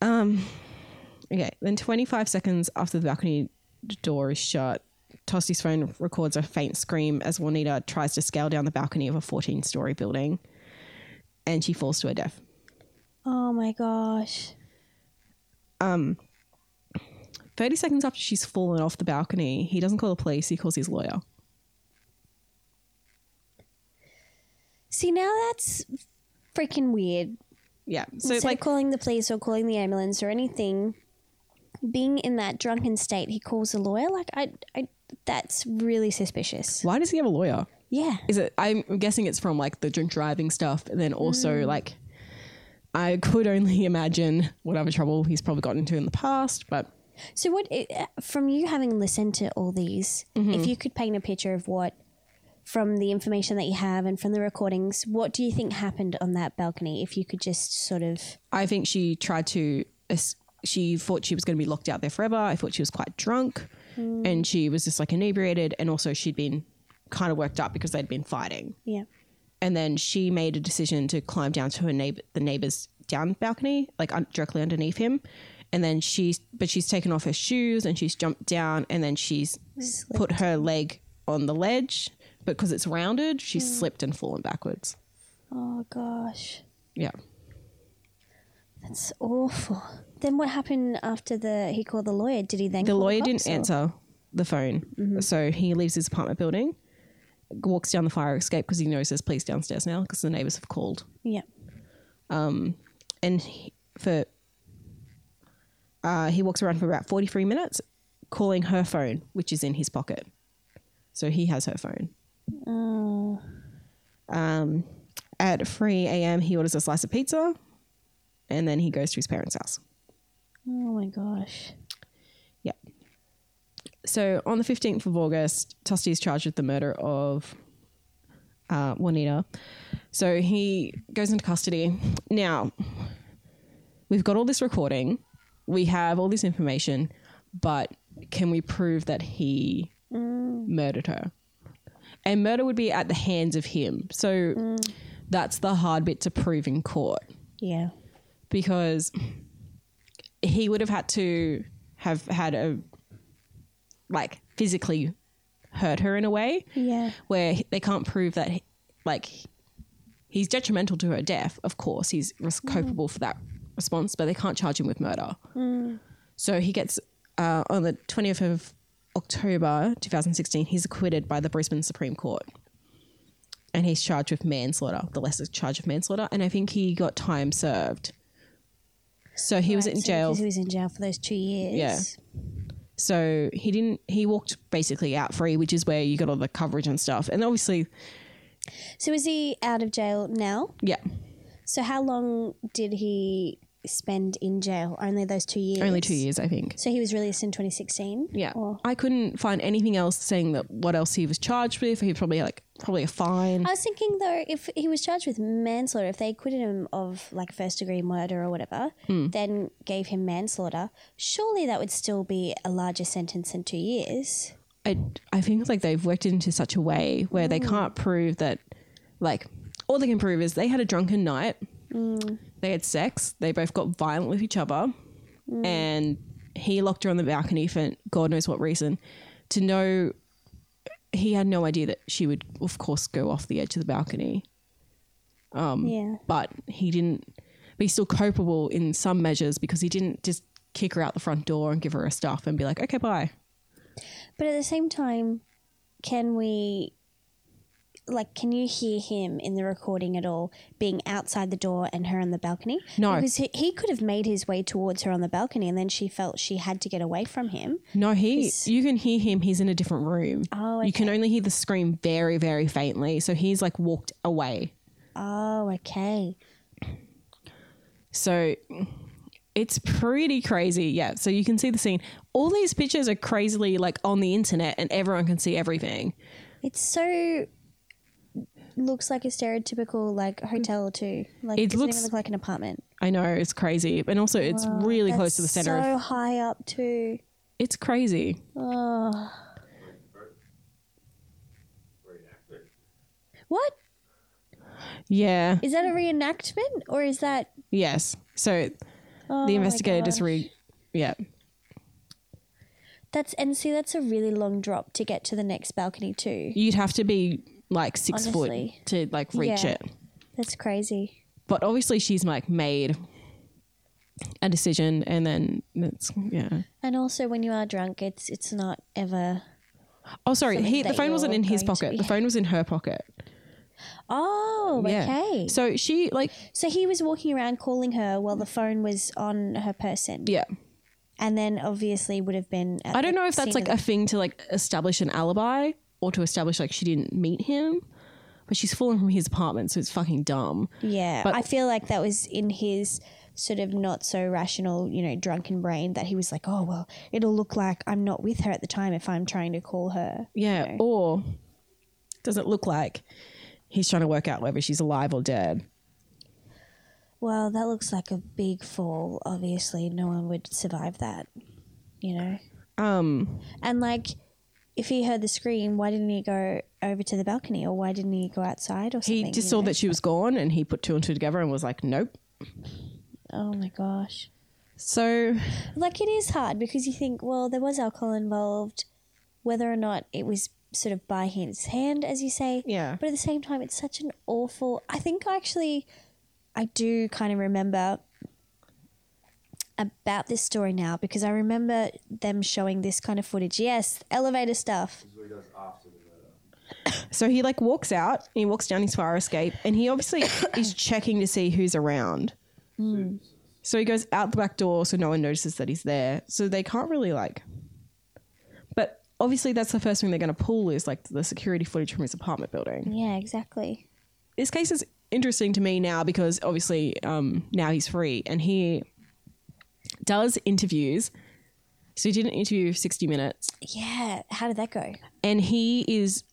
A: Um, Okay, then 25 seconds after the balcony door is shut, Tosti's phone records a faint scream as Juanita tries to scale down the balcony of a 14 story building and she falls to her death.
B: Oh my gosh.
A: 30 seconds after she's fallen off the balcony, he doesn't call the police, he calls his lawyer.
B: See now that's freaking weird.
A: Yeah, so
B: Instead
A: like,
B: of calling the police or calling the ambulance or anything, being in that drunken state, he calls a lawyer. Like I, I that's really suspicious.
A: why does he have a lawyer?
B: Yeah.
A: Is it, I'm guessing it's from like the drink driving stuff and then also like I could only imagine whatever trouble he's probably gotten into in the past, but
B: So, what i- uh, from you having listened to all these,
A: Mm-hmm.
B: if you could paint a picture of what, from the information that you have and from the recordings, what do you think happened on that balcony? If you could just sort of,
A: I think she tried to. es- She thought she was going to be locked out there forever. I thought she was quite drunk, and she was just like inebriated, and also she'd been kind of worked up because they'd been fighting.
B: yeah,
A: And then she made a decision to climb down to her neighbor, the neighbor's down balcony, like un- directly underneath him. And then she's, but she's taken off her shoes and she's jumped down, and then she's put her leg on the ledge, but because it's rounded, she's slipped and fallen backwards.
B: oh gosh,
A: Yeah.
B: that's awful. Then what happened after the he called the lawyer? Did he then
A: The
B: call
A: lawyer
B: cops
A: didn't
B: or-
A: answer the phone. So he leaves his apartment building, walks down the fire escape because he knows there's police downstairs now because the neighbors have called.
B: Yeah,
A: And he, for uh, he walks around for about 43 minutes calling her phone, which is in his pocket. So he has her phone.
B: Oh,
A: Um, at 3 a.m., he orders a slice of pizza and then he goes to his parents' house.
B: oh my gosh,
A: Yeah. So on the 15th of August, Tosti is charged with the murder of uh, Juanita. So he goes into custody. Now, we've got all this recording, we have all this information, but can we prove that he murdered her? And murder would be at the hands of him. So that's the hard bit to prove in court
B: yeah,
A: because he would have had to have had a like physically hurt her in a way
B: yeah,
A: where he- they can't prove that he- like he's detrimental to her death of course he's res-
B: Mm.
A: culpable for that response but they can't charge him with murder
B: Mm.
A: so he gets uh, on the 20th of october 2016 he's acquitted by the brisbane supreme court and he's charged with manslaughter the lesser charge of manslaughter and i think he got time served so he was
B: Right,
A: in
B: so
A: jail
B: because He was in jail for those two years.
A: Yeah. so he didn't he walked basically out free which is where you got all the coverage and stuff and obviously
B: So is he out of jail now?
A: yeah
B: So how long did he spend in jail? Only those two years.
A: Only two years, I think.
B: So he was released in 2016.
A: Yeah.
B: Or,
A: I couldn't find anything else saying that what else he was charged with. He probably like probably a fine.
B: I was thinking though, if he was charged with manslaughter, if they acquitted him of like first degree murder or whatever,
A: Hmm.
B: then gave him manslaughter, surely that would still be a larger sentence than two years.
A: I I think like they've worked it into such a way where they can't prove that like all they can prove is they had a drunken night. They had sex. They both got violent with each other. And he locked her on the balcony for God knows what reason. To know he had no idea that she would of course go off the edge of the balcony. Um,
B: yeah.
A: but he didn't but he's still culpable in some measures because he didn't just kick her out the front door and give her her stuff and be like okay bye
B: But at the same time, can we, like, can you hear him in the recording at all being outside the door and her on the balcony?
A: No.
B: Because he, he could have made his way towards her on the balcony and then she felt she had to get away from him.
A: no he
B: He's-
A: you can hear him he's in a different room
B: Oh,
A: you can
B: okay.
A: only hear the scream very very faintly so he's like walked away
B: Oh, okay.
A: so it's pretty crazy yeah so you can see the scene all these pictures are crazily like on the internet and everyone can see everything
B: It's so. Looks like a stereotypical like hotel too. Like
A: It
B: it doesn't
A: looks-
B: even look like an apartment.
A: i know it's crazy and also it's really close to the center
B: So
A: of
B: high up too.
A: it's crazy
B: Oh,
C: Very, very accurate.
B: what
A: yeah
B: is that a reenactment or is that
A: yes so
B: oh
A: the
B: my
A: investigator just
B: gosh.
A: re yeah
B: That's and see that's a really long drop to get to the next balcony too.
A: you'd have to be like six
B: Honestly.
A: foot to like reach
B: Yeah.
A: it
B: That's crazy.
A: but obviously she's like made a decision and then it's yeah
B: And also when you are drunk it's it's not ever
A: oh sorry
B: Something
A: he, the
B: that
A: phone
B: you're
A: wasn't in his
B: going to-
A: pocket the
B: yeah.
A: phone was in her pocket
B: Oh,
A: yeah
B: okay. So,
A: so she like
B: he was walking around calling her while the phone was on her person.
A: yeah
B: And then obviously would have been uh, at
A: i don't
B: the
A: know if that's
B: scene
A: like
B: of
A: a thing to like establish an alibi or to establish like she didn't meet him but she's fallen from his apartment, so it's fucking dumb.
B: Yeah,
A: But-
B: I feel like that was in his sort of not so rational, you know, drunken brain that he was like, oh, well, it'll look like I'm not with her at the time if I'm trying to call her.
A: Yeah. Or does it look like he's trying to work out whether she's alive or dead?
B: Well, that looks like a big fall. Obviously, no one would survive that, you know?
A: Um,
B: And like, if he heard the scream, why didn't he go over to the balcony or why didn't he go outside or
A: he
B: something?
A: just
B: you
A: saw
B: know?
A: that she was gone and he put two and two together and was like, nope.
B: Oh my gosh.
A: So
B: like it is hard because you think, well, there was alcohol involved, whether or not it was sort of by his hand, as you say.
A: Yeah.
B: But at the same time, it's such an awful. I think actually, I do kind of remember about this story now because I remember them showing this kind of footage. Yes, elevator stuff.
C: This is what he does after the murder.
A: So he like walks out, he walks down his fire escape, and he obviously is checking to see who's around. So he goes out the back door so no one notices that he's there. So they can't really like But obviously that's the first thing they're gonna pull is like the security footage from his apartment building.
B: Yeah, exactly.
A: This case is interesting to me now because obviously um now he's free and he does interviews. So he did an interview for sixty minutes
B: Yeah. How did that go?
A: and he is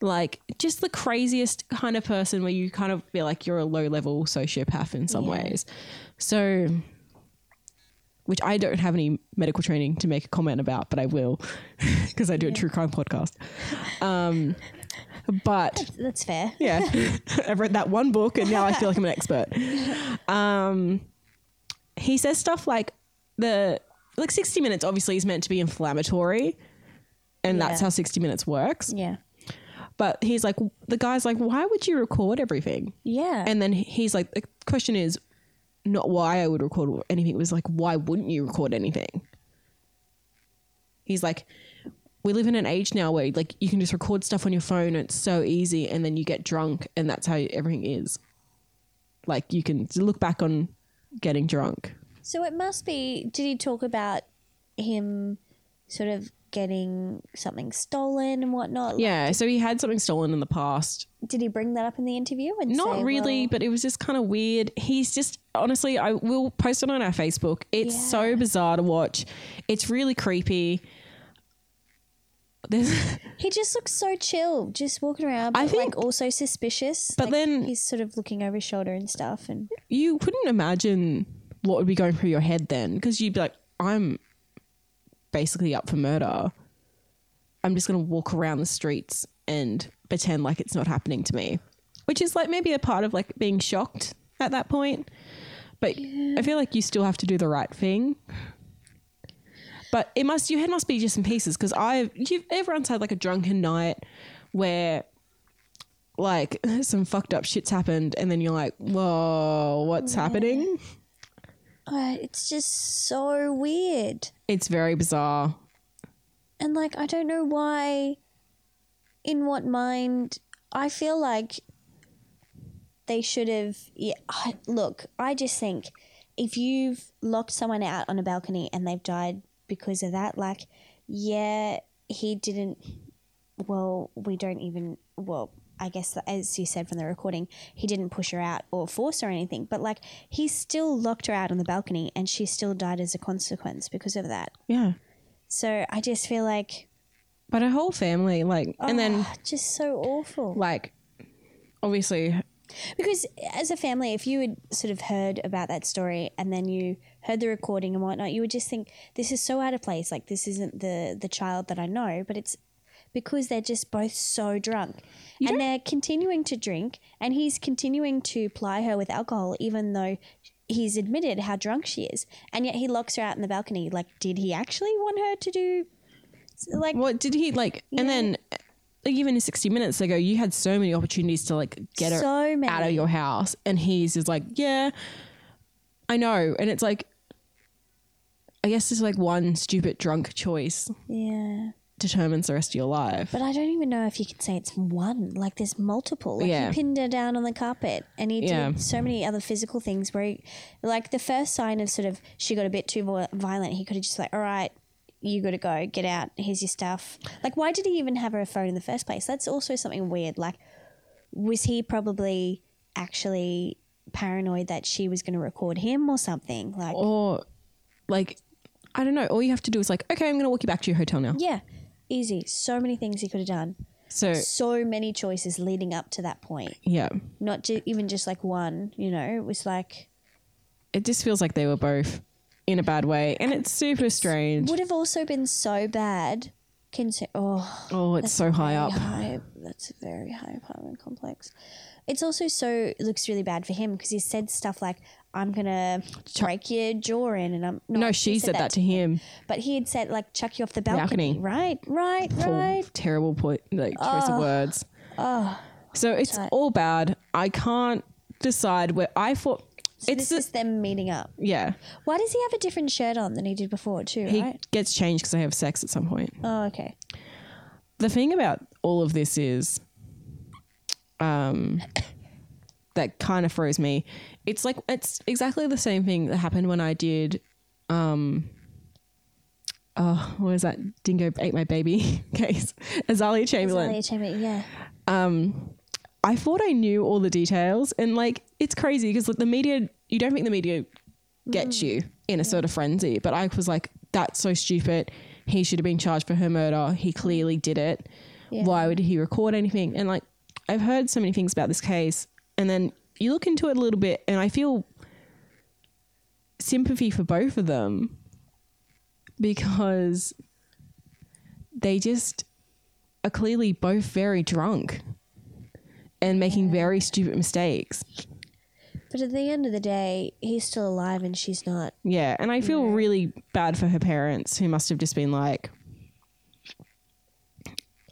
A: like just the craziest kind of person where you kind of feel like you're a low level sociopath in some
B: Yeah.
A: ways. So, which I don't have any medical training to make a comment about, but I will because I do a true crime podcast. Um, but
B: That's fair.
A: yeah. I've read that one book and now I feel like I'm an expert. Um, he says stuff like the like 60 minutes obviously is meant to be inflammatory and that's
B: Yeah.
A: how 60 minutes works.
B: Yeah.
A: But he's like the guy's like why would you record everything?
B: Yeah.
A: And then he's like the question is not why I would record anything. It was like why wouldn't you record anything? He's like we live in an age now where like you can just record stuff on your phone. It's so easy, and then you get drunk, and that's how everything is. Like you can look back on getting drunk.
B: So it must be. Did he talk about him sort of getting something stolen and whatnot? Like,
A: Yeah. So he had something stolen in the past.
B: Did he bring that up in the interview? And
A: Not
B: say,
A: really,
B: well-
A: but it was just kind of weird. He's just honestly, I will post it on our Facebook. It's
B: Yeah.
A: so bizarre to watch. It's really creepy. There's,
B: he just looks so chill, just walking around. But
A: I
B: like
A: think-
B: also suspicious.
A: but
B: Like,
A: then-
B: he's sort of looking over his shoulder and stuff. And
A: you couldn't imagine what would be going through your head then, because you'd be like, I'm basically up for murder. I'm just going to walk around the streets and pretend like it's not happening to me, which is like maybe a part of like being shocked at that point. But I feel like you still have to do the right thing. But it must your head must be just in pieces because I you've everyone's had like a drunken night where like some fucked up shits happened and then you're like whoa what's happening
B: uh, it's just so weird.
A: it's very bizarre
B: And like, I don't know why, in what mind, I feel like they should have. Yeah, I, look, I just think if you've locked someone out on a balcony and they've died because of that, like, yeah, he didn't. Well, we don't even. Well, I guess as you said from the recording, he didn't push her out or force her or anything, but like, he still locked her out on the balcony and she still died as a consequence because of that.
A: yeah
B: So I just feel like
A: but her whole family like and then
B: Ah, just so awful.
A: like obviously
B: Because as a family, if you had sort of heard about that story and then you heard the recording and whatnot, you would just think this is so out of place. Like this isn't the the child that I know, but it's because they're just both so drunk and they're continuing to drink and he's continuing to ply her with alcohol even though he's admitted how drunk she is and yet he locks her out in the balcony like did he actually want her to do like
A: what did he like and then like even in 60 minutes they go you had so many opportunities to like get her
B: So many.
A: out of your house and he's just like yeah i know and it's like i guess it's like one stupid drunk choice
B: yeah
A: determines the rest of your life
B: But I don't even know if you could say it's one. Like there's multiple. Like
A: Yeah.
B: he pinned her down on the carpet, and he
A: Yeah.
B: did so many other physical things. Where, he, like the first sign of sort of she got a bit too vo- violent, he could have just like, all right, you got to go, get out, here's your stuff. Like, why did he even have her phone in the first place? That's also something weird. Like, was he probably actually paranoid that she was going to record him or something? Like,
A: Or like, I don't know. All you have to do is like, okay, I'm going to walk you back to your hotel now.
B: yeah, easy. So many things he could have done.
A: So
B: So many choices leading up to that point.
A: yeah,
B: Not ju- even just like one, you know, it was like,
A: it just feels like they were both in a bad way, and it's super strange.
B: would have also been so bad. Consi- oh,
A: Oh, it's so high up.
B: High, that's a very high apartment complex. It's also so looks really bad for him because he said stuff like, "I'm gonna break your jaw in," and I'm
A: No,
B: he
A: she said that to him.
B: But he had said like, "Chuck you off the balcony."
A: Balcony.
B: Right, right,
A: Poor,
B: right.
A: terrible point, like choice of words. so it's all bad. I can't decide where I thought
B: So
A: it's
B: this is
A: just,
B: them meeting up.
A: yeah.
B: Why does he have a different shirt on than he did before too?
A: He
B: Right.
A: gets changed because they have sex at some point.
B: Oh, okay.
A: The thing about all of this is, um, that kind of froze me. It's like it's exactly the same thing that happened when I did, um, oh, what was that? Dingo ate my baby case. Azalia Chamberlain.
B: Zalia Chamberlain, Yeah.
A: I thought I knew all the details, and like it's crazy because like, the media, you don't think the media gets you in a sort of frenzy, but I was like, that's so stupid. He should have been charged for her murder. He clearly did it.
B: Yeah.
A: Why would he record anything? And like, I've heard so many things about this case, and then you look into it a little bit, and I feel sympathy for both of them because they just are clearly both very drunk and making very stupid mistakes.
B: But at the end of the day, he's still alive and she's not.
A: Yeah, and I feel really bad for her parents who must have just been like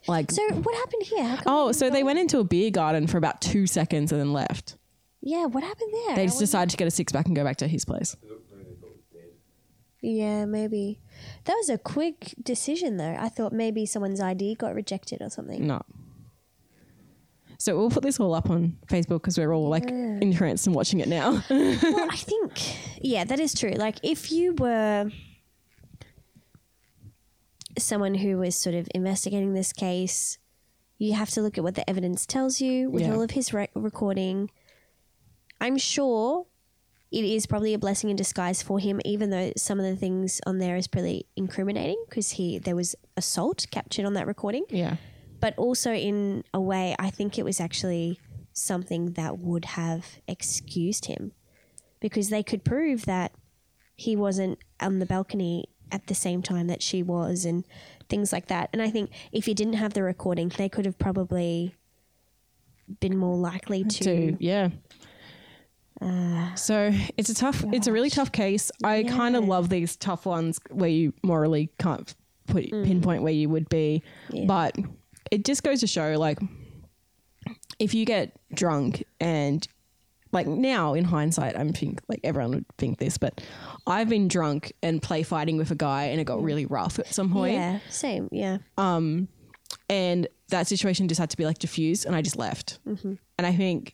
A: like
B: So what happened here? How come
A: oh, so they went into a beer garden for about 2 seconds and then left.
B: Yeah, what happened there?
A: They
B: I
A: just decided to get a six back and go back to his place.
B: Yeah, maybe. That was a quick decision, though. I thought maybe someone's ID got rejected or something.
A: No. So we'll put this all up on Facebook because we're all like entranced and watching it now.
B: well, I think, yeah, that is true. Like, if you were someone who was sort of investigating this case, you have to look at what the evidence tells you with
A: Yeah.
B: all of his re- recording. I'm sure it is probably a blessing in disguise for him, even though some of the things on there is pretty incriminating because he there was assault captured on that recording.
A: yeah.
B: but also in a way, I think it was actually something that would have excused him because they could prove that he wasn't on the balcony at the same time that she was and things like that. And I think if you didn't have the recording, they could have probably been more likely to. Uh,
A: to yeah so it's a tough it's a really tough case i kind of
B: Yeah.
A: love these tough ones where you morally can't put pinpoint where you would be
B: Mm. Yeah.
A: but it just goes to show like if you get drunk and like now in hindsight i'm think like everyone would think this but i've been drunk and play fighting with a guy and it got really rough at some point
B: Mm. Yeah, same. Yeah.
A: and that situation just had to be like diffused and i just left mm-hmm. and i think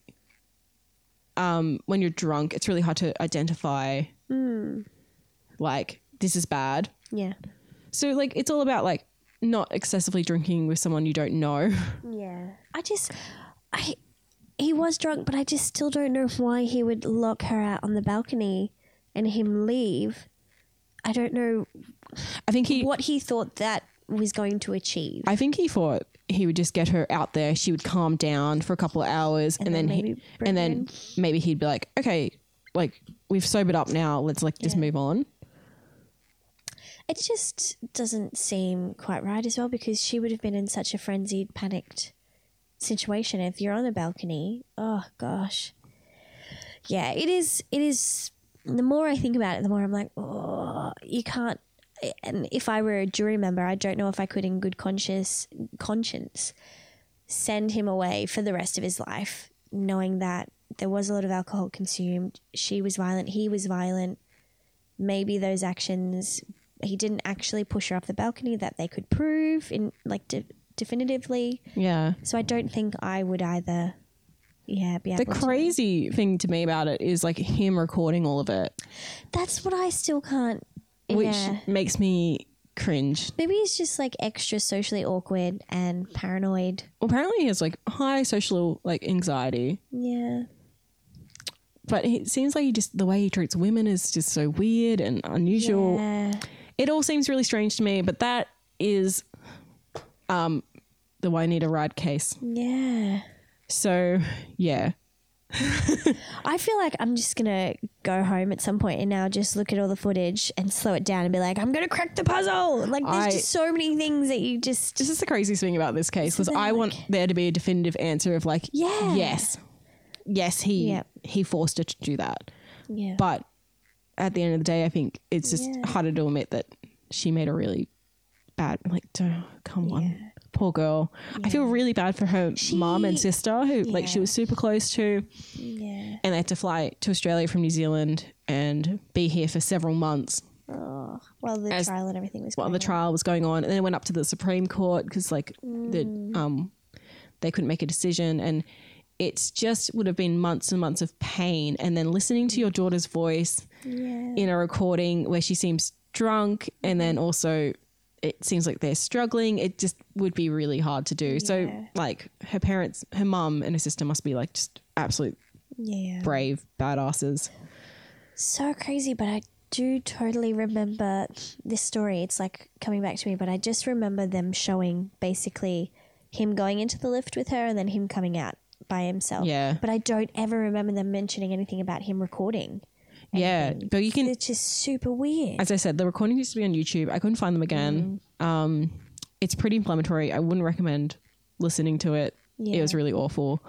A: um, when you're drunk it's really hard to identify
B: Mm.
A: like this is bad
B: Yeah.
A: so like it's all about like not excessively drinking with someone you don't know
B: Yeah. I just, I, he was drunk, but I just still don't know why he would lock her out on the balcony and him leave. I don't know
A: i think he
B: what he thought that was going to achieve.
A: i think he thought he would just get her out there she would calm down for a couple of hours and,
B: then
A: then,
B: maybe
A: he, and then maybe he'd be like okay like we've sobered up now let's like just move on
B: It just doesn't seem quite right as well because she would have been in such a frenzied, panicked situation if you're on a balcony. Oh gosh. Yeah, it is it is the more I think about it, the more I'm like, oh, you can't and if I were a jury member, I don't know if I could in good conscious conscience send him away for the rest of his life knowing that there was a lot of alcohol consumed, she was violent, he was violent. Maybe those actions he didn't actually push her off the balcony that they could prove in like de- definitively.
A: yeah
B: So I don't think I would either. Yeah, be able
A: the
B: to-
A: crazy thing to me about it is like him recording all of it
B: That's what I still can't.
A: which
B: yeah,
A: makes me cringe.
B: Maybe he's just like extra socially awkward and paranoid.
A: Well, apparently he has like high social like anxiety,
B: Yeah.
A: but it seems like he just the way he treats women is just so weird and unusual.
B: Yeah.
A: It all seems really strange to me, but that is um the why I need a ride case.
B: Yeah.
A: So, yeah.
B: I feel like I'm just gonna go home at some point and now just look at all the footage and slow it down and be like, I'm gonna crack the puzzle. Like there's
A: I-
B: just so many things that you just
A: This is the craziest thing about this case because
B: Isn't
A: I
B: that
A: want there to be a definitive answer of like,
B: Yeah.
A: yes, yes, he
B: Yep.
A: he forced her to do that.
B: yeah.
A: But at the end of the day, I think it's just
B: Yeah.
A: harder to admit that she made a really bad. Like, don't, come
B: Yeah.
A: on, poor girl. I feel really bad for her mom and
B: She-
A: sister who like she
B: Yeah.
A: was super close to,
B: yeah.
A: and they had to fly to Australia from New Zealand and be here for several months
B: Oh, while the
A: As-
B: trial and everything was
A: while
B: going
A: the trial was going on, and then it went up to the Supreme Court because like
B: Mm.
A: the um they couldn't make a decision, and it's just would have been months and months of pain, and then listening to your daughter's voice
B: on. Yeah. Mm-hmm.
A: in a recording where she seems drunk, and then also it seems like they're struggling. It just would be really hard to do. So
B: Yeah.
A: like her parents, her mum and her sister must be like just absolute
B: Mm. Yeah.
A: brave badasses.
B: So crazy, but I do totally remember this story. It's like coming back to me, but I just remember them showing basically him going into the lift with her and then him coming out by himself.
A: Yeah.
B: But I don't ever remember them mentioning anything about him recording.
A: Yeah, but you can
B: It's just super weird.
A: as I said, the recording used to be on YouTube. I couldn't find them again.
B: Mm.
A: Um, it's pretty inflammatory. I wouldn't recommend listening to it. It
B: Yeah.
A: was really awful.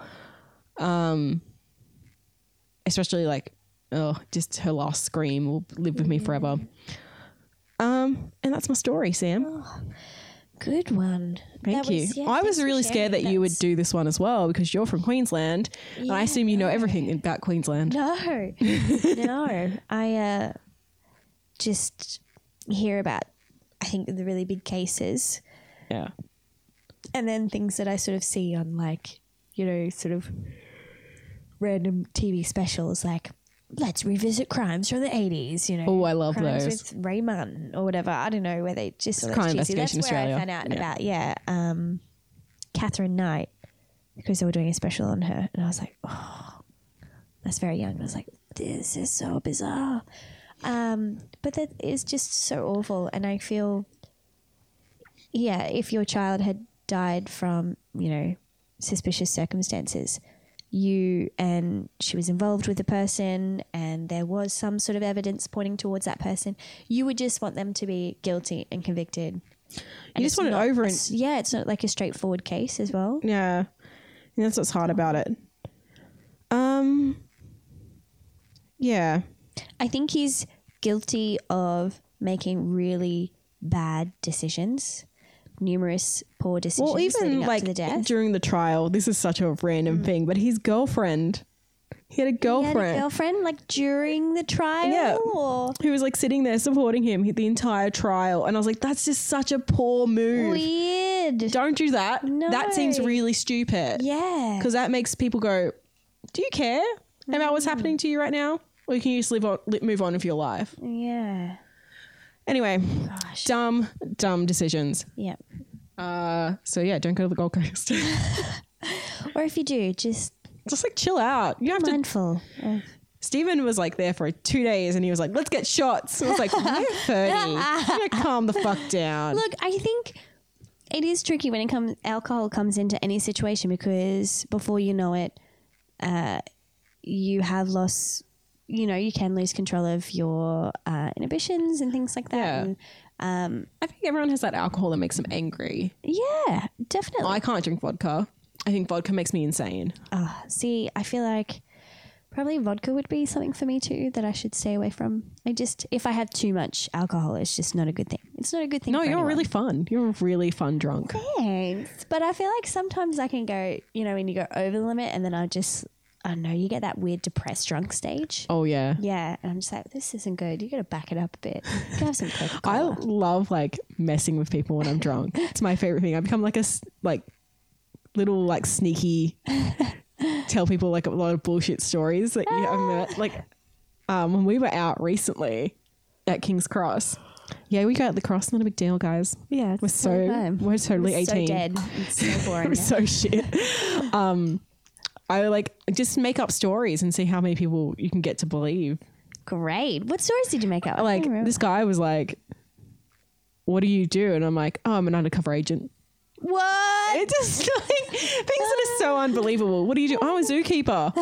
A: Um, especially like, oh, just her last scream will live with me
B: Mm-hmm.
A: forever. Um, and that's my story, Sam.
B: Good one.
A: Thank
B: That
A: you.
B: Oh, was- yeah,
A: I
B: thanks
A: was
B: for
A: really
B: sharing.
A: scared that you would
B: That's-
A: do this one as well because you're from Queensland, and I
B: Yeah,
A: assume you know everything about Queensland.
B: No, no. I uh, just hear about, I think, the really big cases
A: Yeah,
B: and then things that I sort of see on like you know sort of random TV specials like let's revisit crimes from the 80s you know
A: Oh, I love
B: crimes
A: those.
B: with Ray Munn or whatever I don't know where they just all that
A: Crime
B: cheesy. that's
A: Investigation
B: where
A: Australia.
B: I found out
A: Yeah.
B: about yeah um Catherine Knight because they were doing a special on her and I was like oh that's very young I was like this is so bizarre um but that is just so awful and I feel yeah, if your child had died from, you know, suspicious circumstances, you and she was involved with the person and there was some sort of evidence pointing towards that person, you would just want them to be guilty and convicted.
A: you just want it over and
B: It's- yeah, it's not like a straightforward case as well.
A: Yeah. And that's what's hard about it. Um Yeah.
B: I think he's guilty of making really bad decisions, numerous poor decisions
A: Well, even
B: leading
A: like
B: up to the death. Mm.
A: during the trial, this is such a random thing, but his girlfriend, he had a
B: He had a
A: girlfriend
B: girlfriend like during the trial
A: Yeah.
B: or
A: who was like sitting there supporting him the entire trial, and I was like, that's just such a poor move.
B: Weird.
A: Don't do that. That seems
B: No.
A: really stupid.
B: Yeah.
A: because that makes people go, "Do you care about
B: Mm.
A: what's happening to you right now, or can you just live on, li- move on with your life?"
B: Yeah.
A: Anyway,
B: Mm. Gosh.
A: dumb, dumb decisions.
B: Yep.
A: Uh, so yeah, don't go to the Gold Coast.
B: Or if you do, just
A: Just like chill out. You have to.
B: mindful. of-
A: Stephen was like there for two days, and he was like, "Let's get shots." I was like, "We're thirty. You gotta calm the fuck down."
B: Look, I think it is tricky when it comes alcohol comes into any situation because before you know it, uh, you have lost. You know, you can lose control of your uh, inhibitions and things like that.
A: Yeah.
B: And,
A: I think everyone has that alcohol that makes them angry.
B: yeah, definitely.
A: I can't drink vodka. I think vodka makes me insane.
B: Ah, see, I feel like probably vodka would be something for me too that I should stay away from. I just, if I have too much alcohol, it's just not a good thing. It's not a good thing.
A: No,
B: for
A: you're
B: anyone.
A: really fun. You're a really fun drunk.
B: Thanks. But I feel like sometimes I can go, you know, when you go over the limit and then I just, I don't know, you get that weird depressed drunk stage.
A: Oh yeah.
B: Yeah. And I'm just like, this isn't good. You got to back it up a bit. You can have some Coca
A: I
B: Cola.
A: love like messing with people when I'm drunk. it's my favorite thing. I become like a s- like little like sneaky tell people like a lot of bullshit stories that you haven't met. Like um, when we were out recently at King's Cross, Yeah, we go at the cross. Not a big deal, guys.
D: Yeah, it's
A: We're
D: the
A: so
D: same time.
A: we're totally
B: It's
A: eighteen.
B: So dead. It's so boring.
A: It was
B: now.
A: so shit. Um, I like just make up stories and see how many people you can get to believe.
B: Great. What stories did you make up?
A: Like
D: remember.
A: this guy was like, "What do you do?" And I'm like, "Oh, I'm an undercover agent."
B: what?
A: It just like things that are so unbelievable. What do you do? Oh, I'm a zookeeper.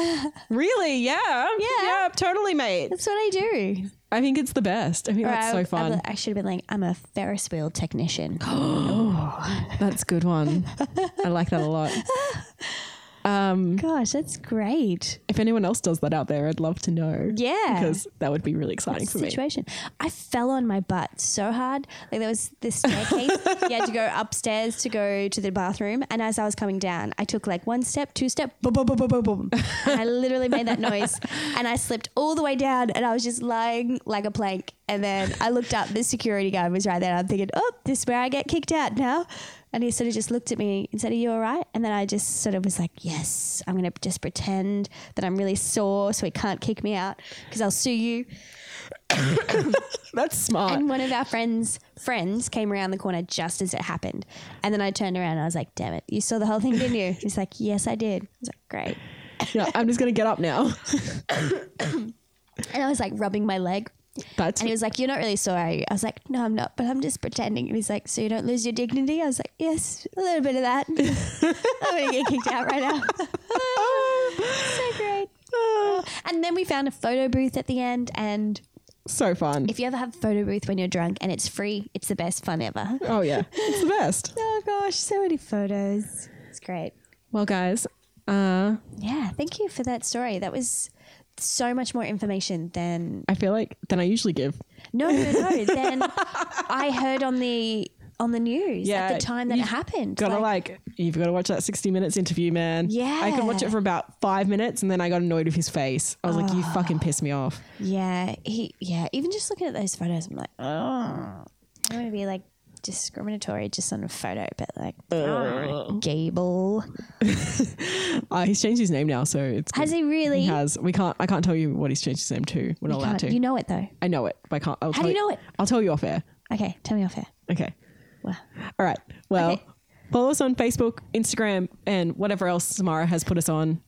A: Really? Yeah.
B: Yeah.
A: Yeah. Totally, mate.
B: That's what I do.
A: I think it's the best. I think that's
B: Or I-
A: so fun.
B: I, should have been like, I'm a Ferris wheel technician.
A: That's a good one. I like that a lot.
B: Gosh, that's great.
A: If anyone else does that out there, I'd love to know.
B: Yeah.
A: Because that would be really exciting for me.
B: situation. I fell on my butt so hard. Like there was this staircase. you had to go upstairs to go to the bathroom, and as I was coming down, I took like one step, two step, boom, boom, boom, boom, boom, boom. and I literally made that noise, and I slipped all the way down, and I was just lying like a plank. And then I looked up. The security guard was right there. And I'm thinking, oh, this is where I get kicked out now. And he sort of just looked at me and said, Are you all right? And then I just sort of was like, Yes, I'm going to just pretend that I'm really sore so he can't kick me out because I'll sue you.
A: That's smart.
B: And one of our friends' friends came around the corner just as it happened. And then I turned around and I was like, damn it, you saw the whole thing, didn't you? He's like, yes, I did. I was like, great.
A: Yeah, I'm just gonna get up now.
B: And I was like, rubbing my leg.
A: That's
B: And he was like, you're not really sore, are you? I was like, no, I'm not, but I'm just pretending. And he's like, so you don't lose your dignity? I was like, yes, a little bit of that. I'm going to get kicked out right now.
A: Ah.
B: so great. And then we found a photo booth at the end. And
A: so fun.
B: if you ever have a photo booth when you're drunk and it's free, it's the best fun ever.
A: Oh yeah, it's the best.
B: Oh gosh, so many photos. It's great.
A: Well, guys, uh,
B: Yeah, thank you for that story. That was so much more information than
A: I feel like than I usually give.
B: no, no, no than I heard on the on the news at
A: Yeah,
B: the time that it
A: you've
B: happened.
A: Gotta
B: Like,
A: like, you've got to watch that 60 minutes interview, man.
B: Yeah.
A: I could watch it for about five minutes, and then I got annoyed with his face. I was like, you fucking piss me off.
B: yeah, he, yeah. Even just looking at those photos, I'm like, oh, I don't want to be like discriminatory just on a photo, but like, ah, Gable.
A: Uh, he's changed his name now, so it's
B: Has
A: good.
B: he really?
A: He has. We can't. I can't tell you what he's changed his name to. We're not
B: You
A: allowed
B: can't-
A: to.
B: You know it though.
A: I know it, but I can't. I'll
B: How
A: tell
B: do you know it?
A: I'll tell you off air.
B: Okay, tell me off air.
A: Okay.
B: Wow.
A: All right. Well,
B: Okay.
A: follow us on Facebook, Instagram, and whatever else Samara has put us on.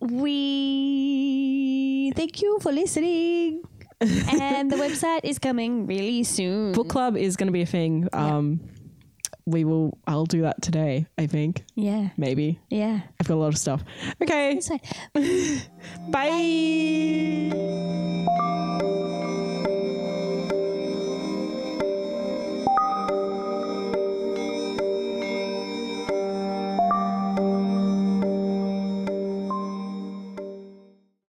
B: We thank you for listening. and the website is coming really soon.
A: Book club is going to be a thing. Um, We will. I'll do that today. I think
B: Yeah.
A: maybe.
B: Yeah.
A: I've got a lot of stuff. Okay.
B: So
A: Bye.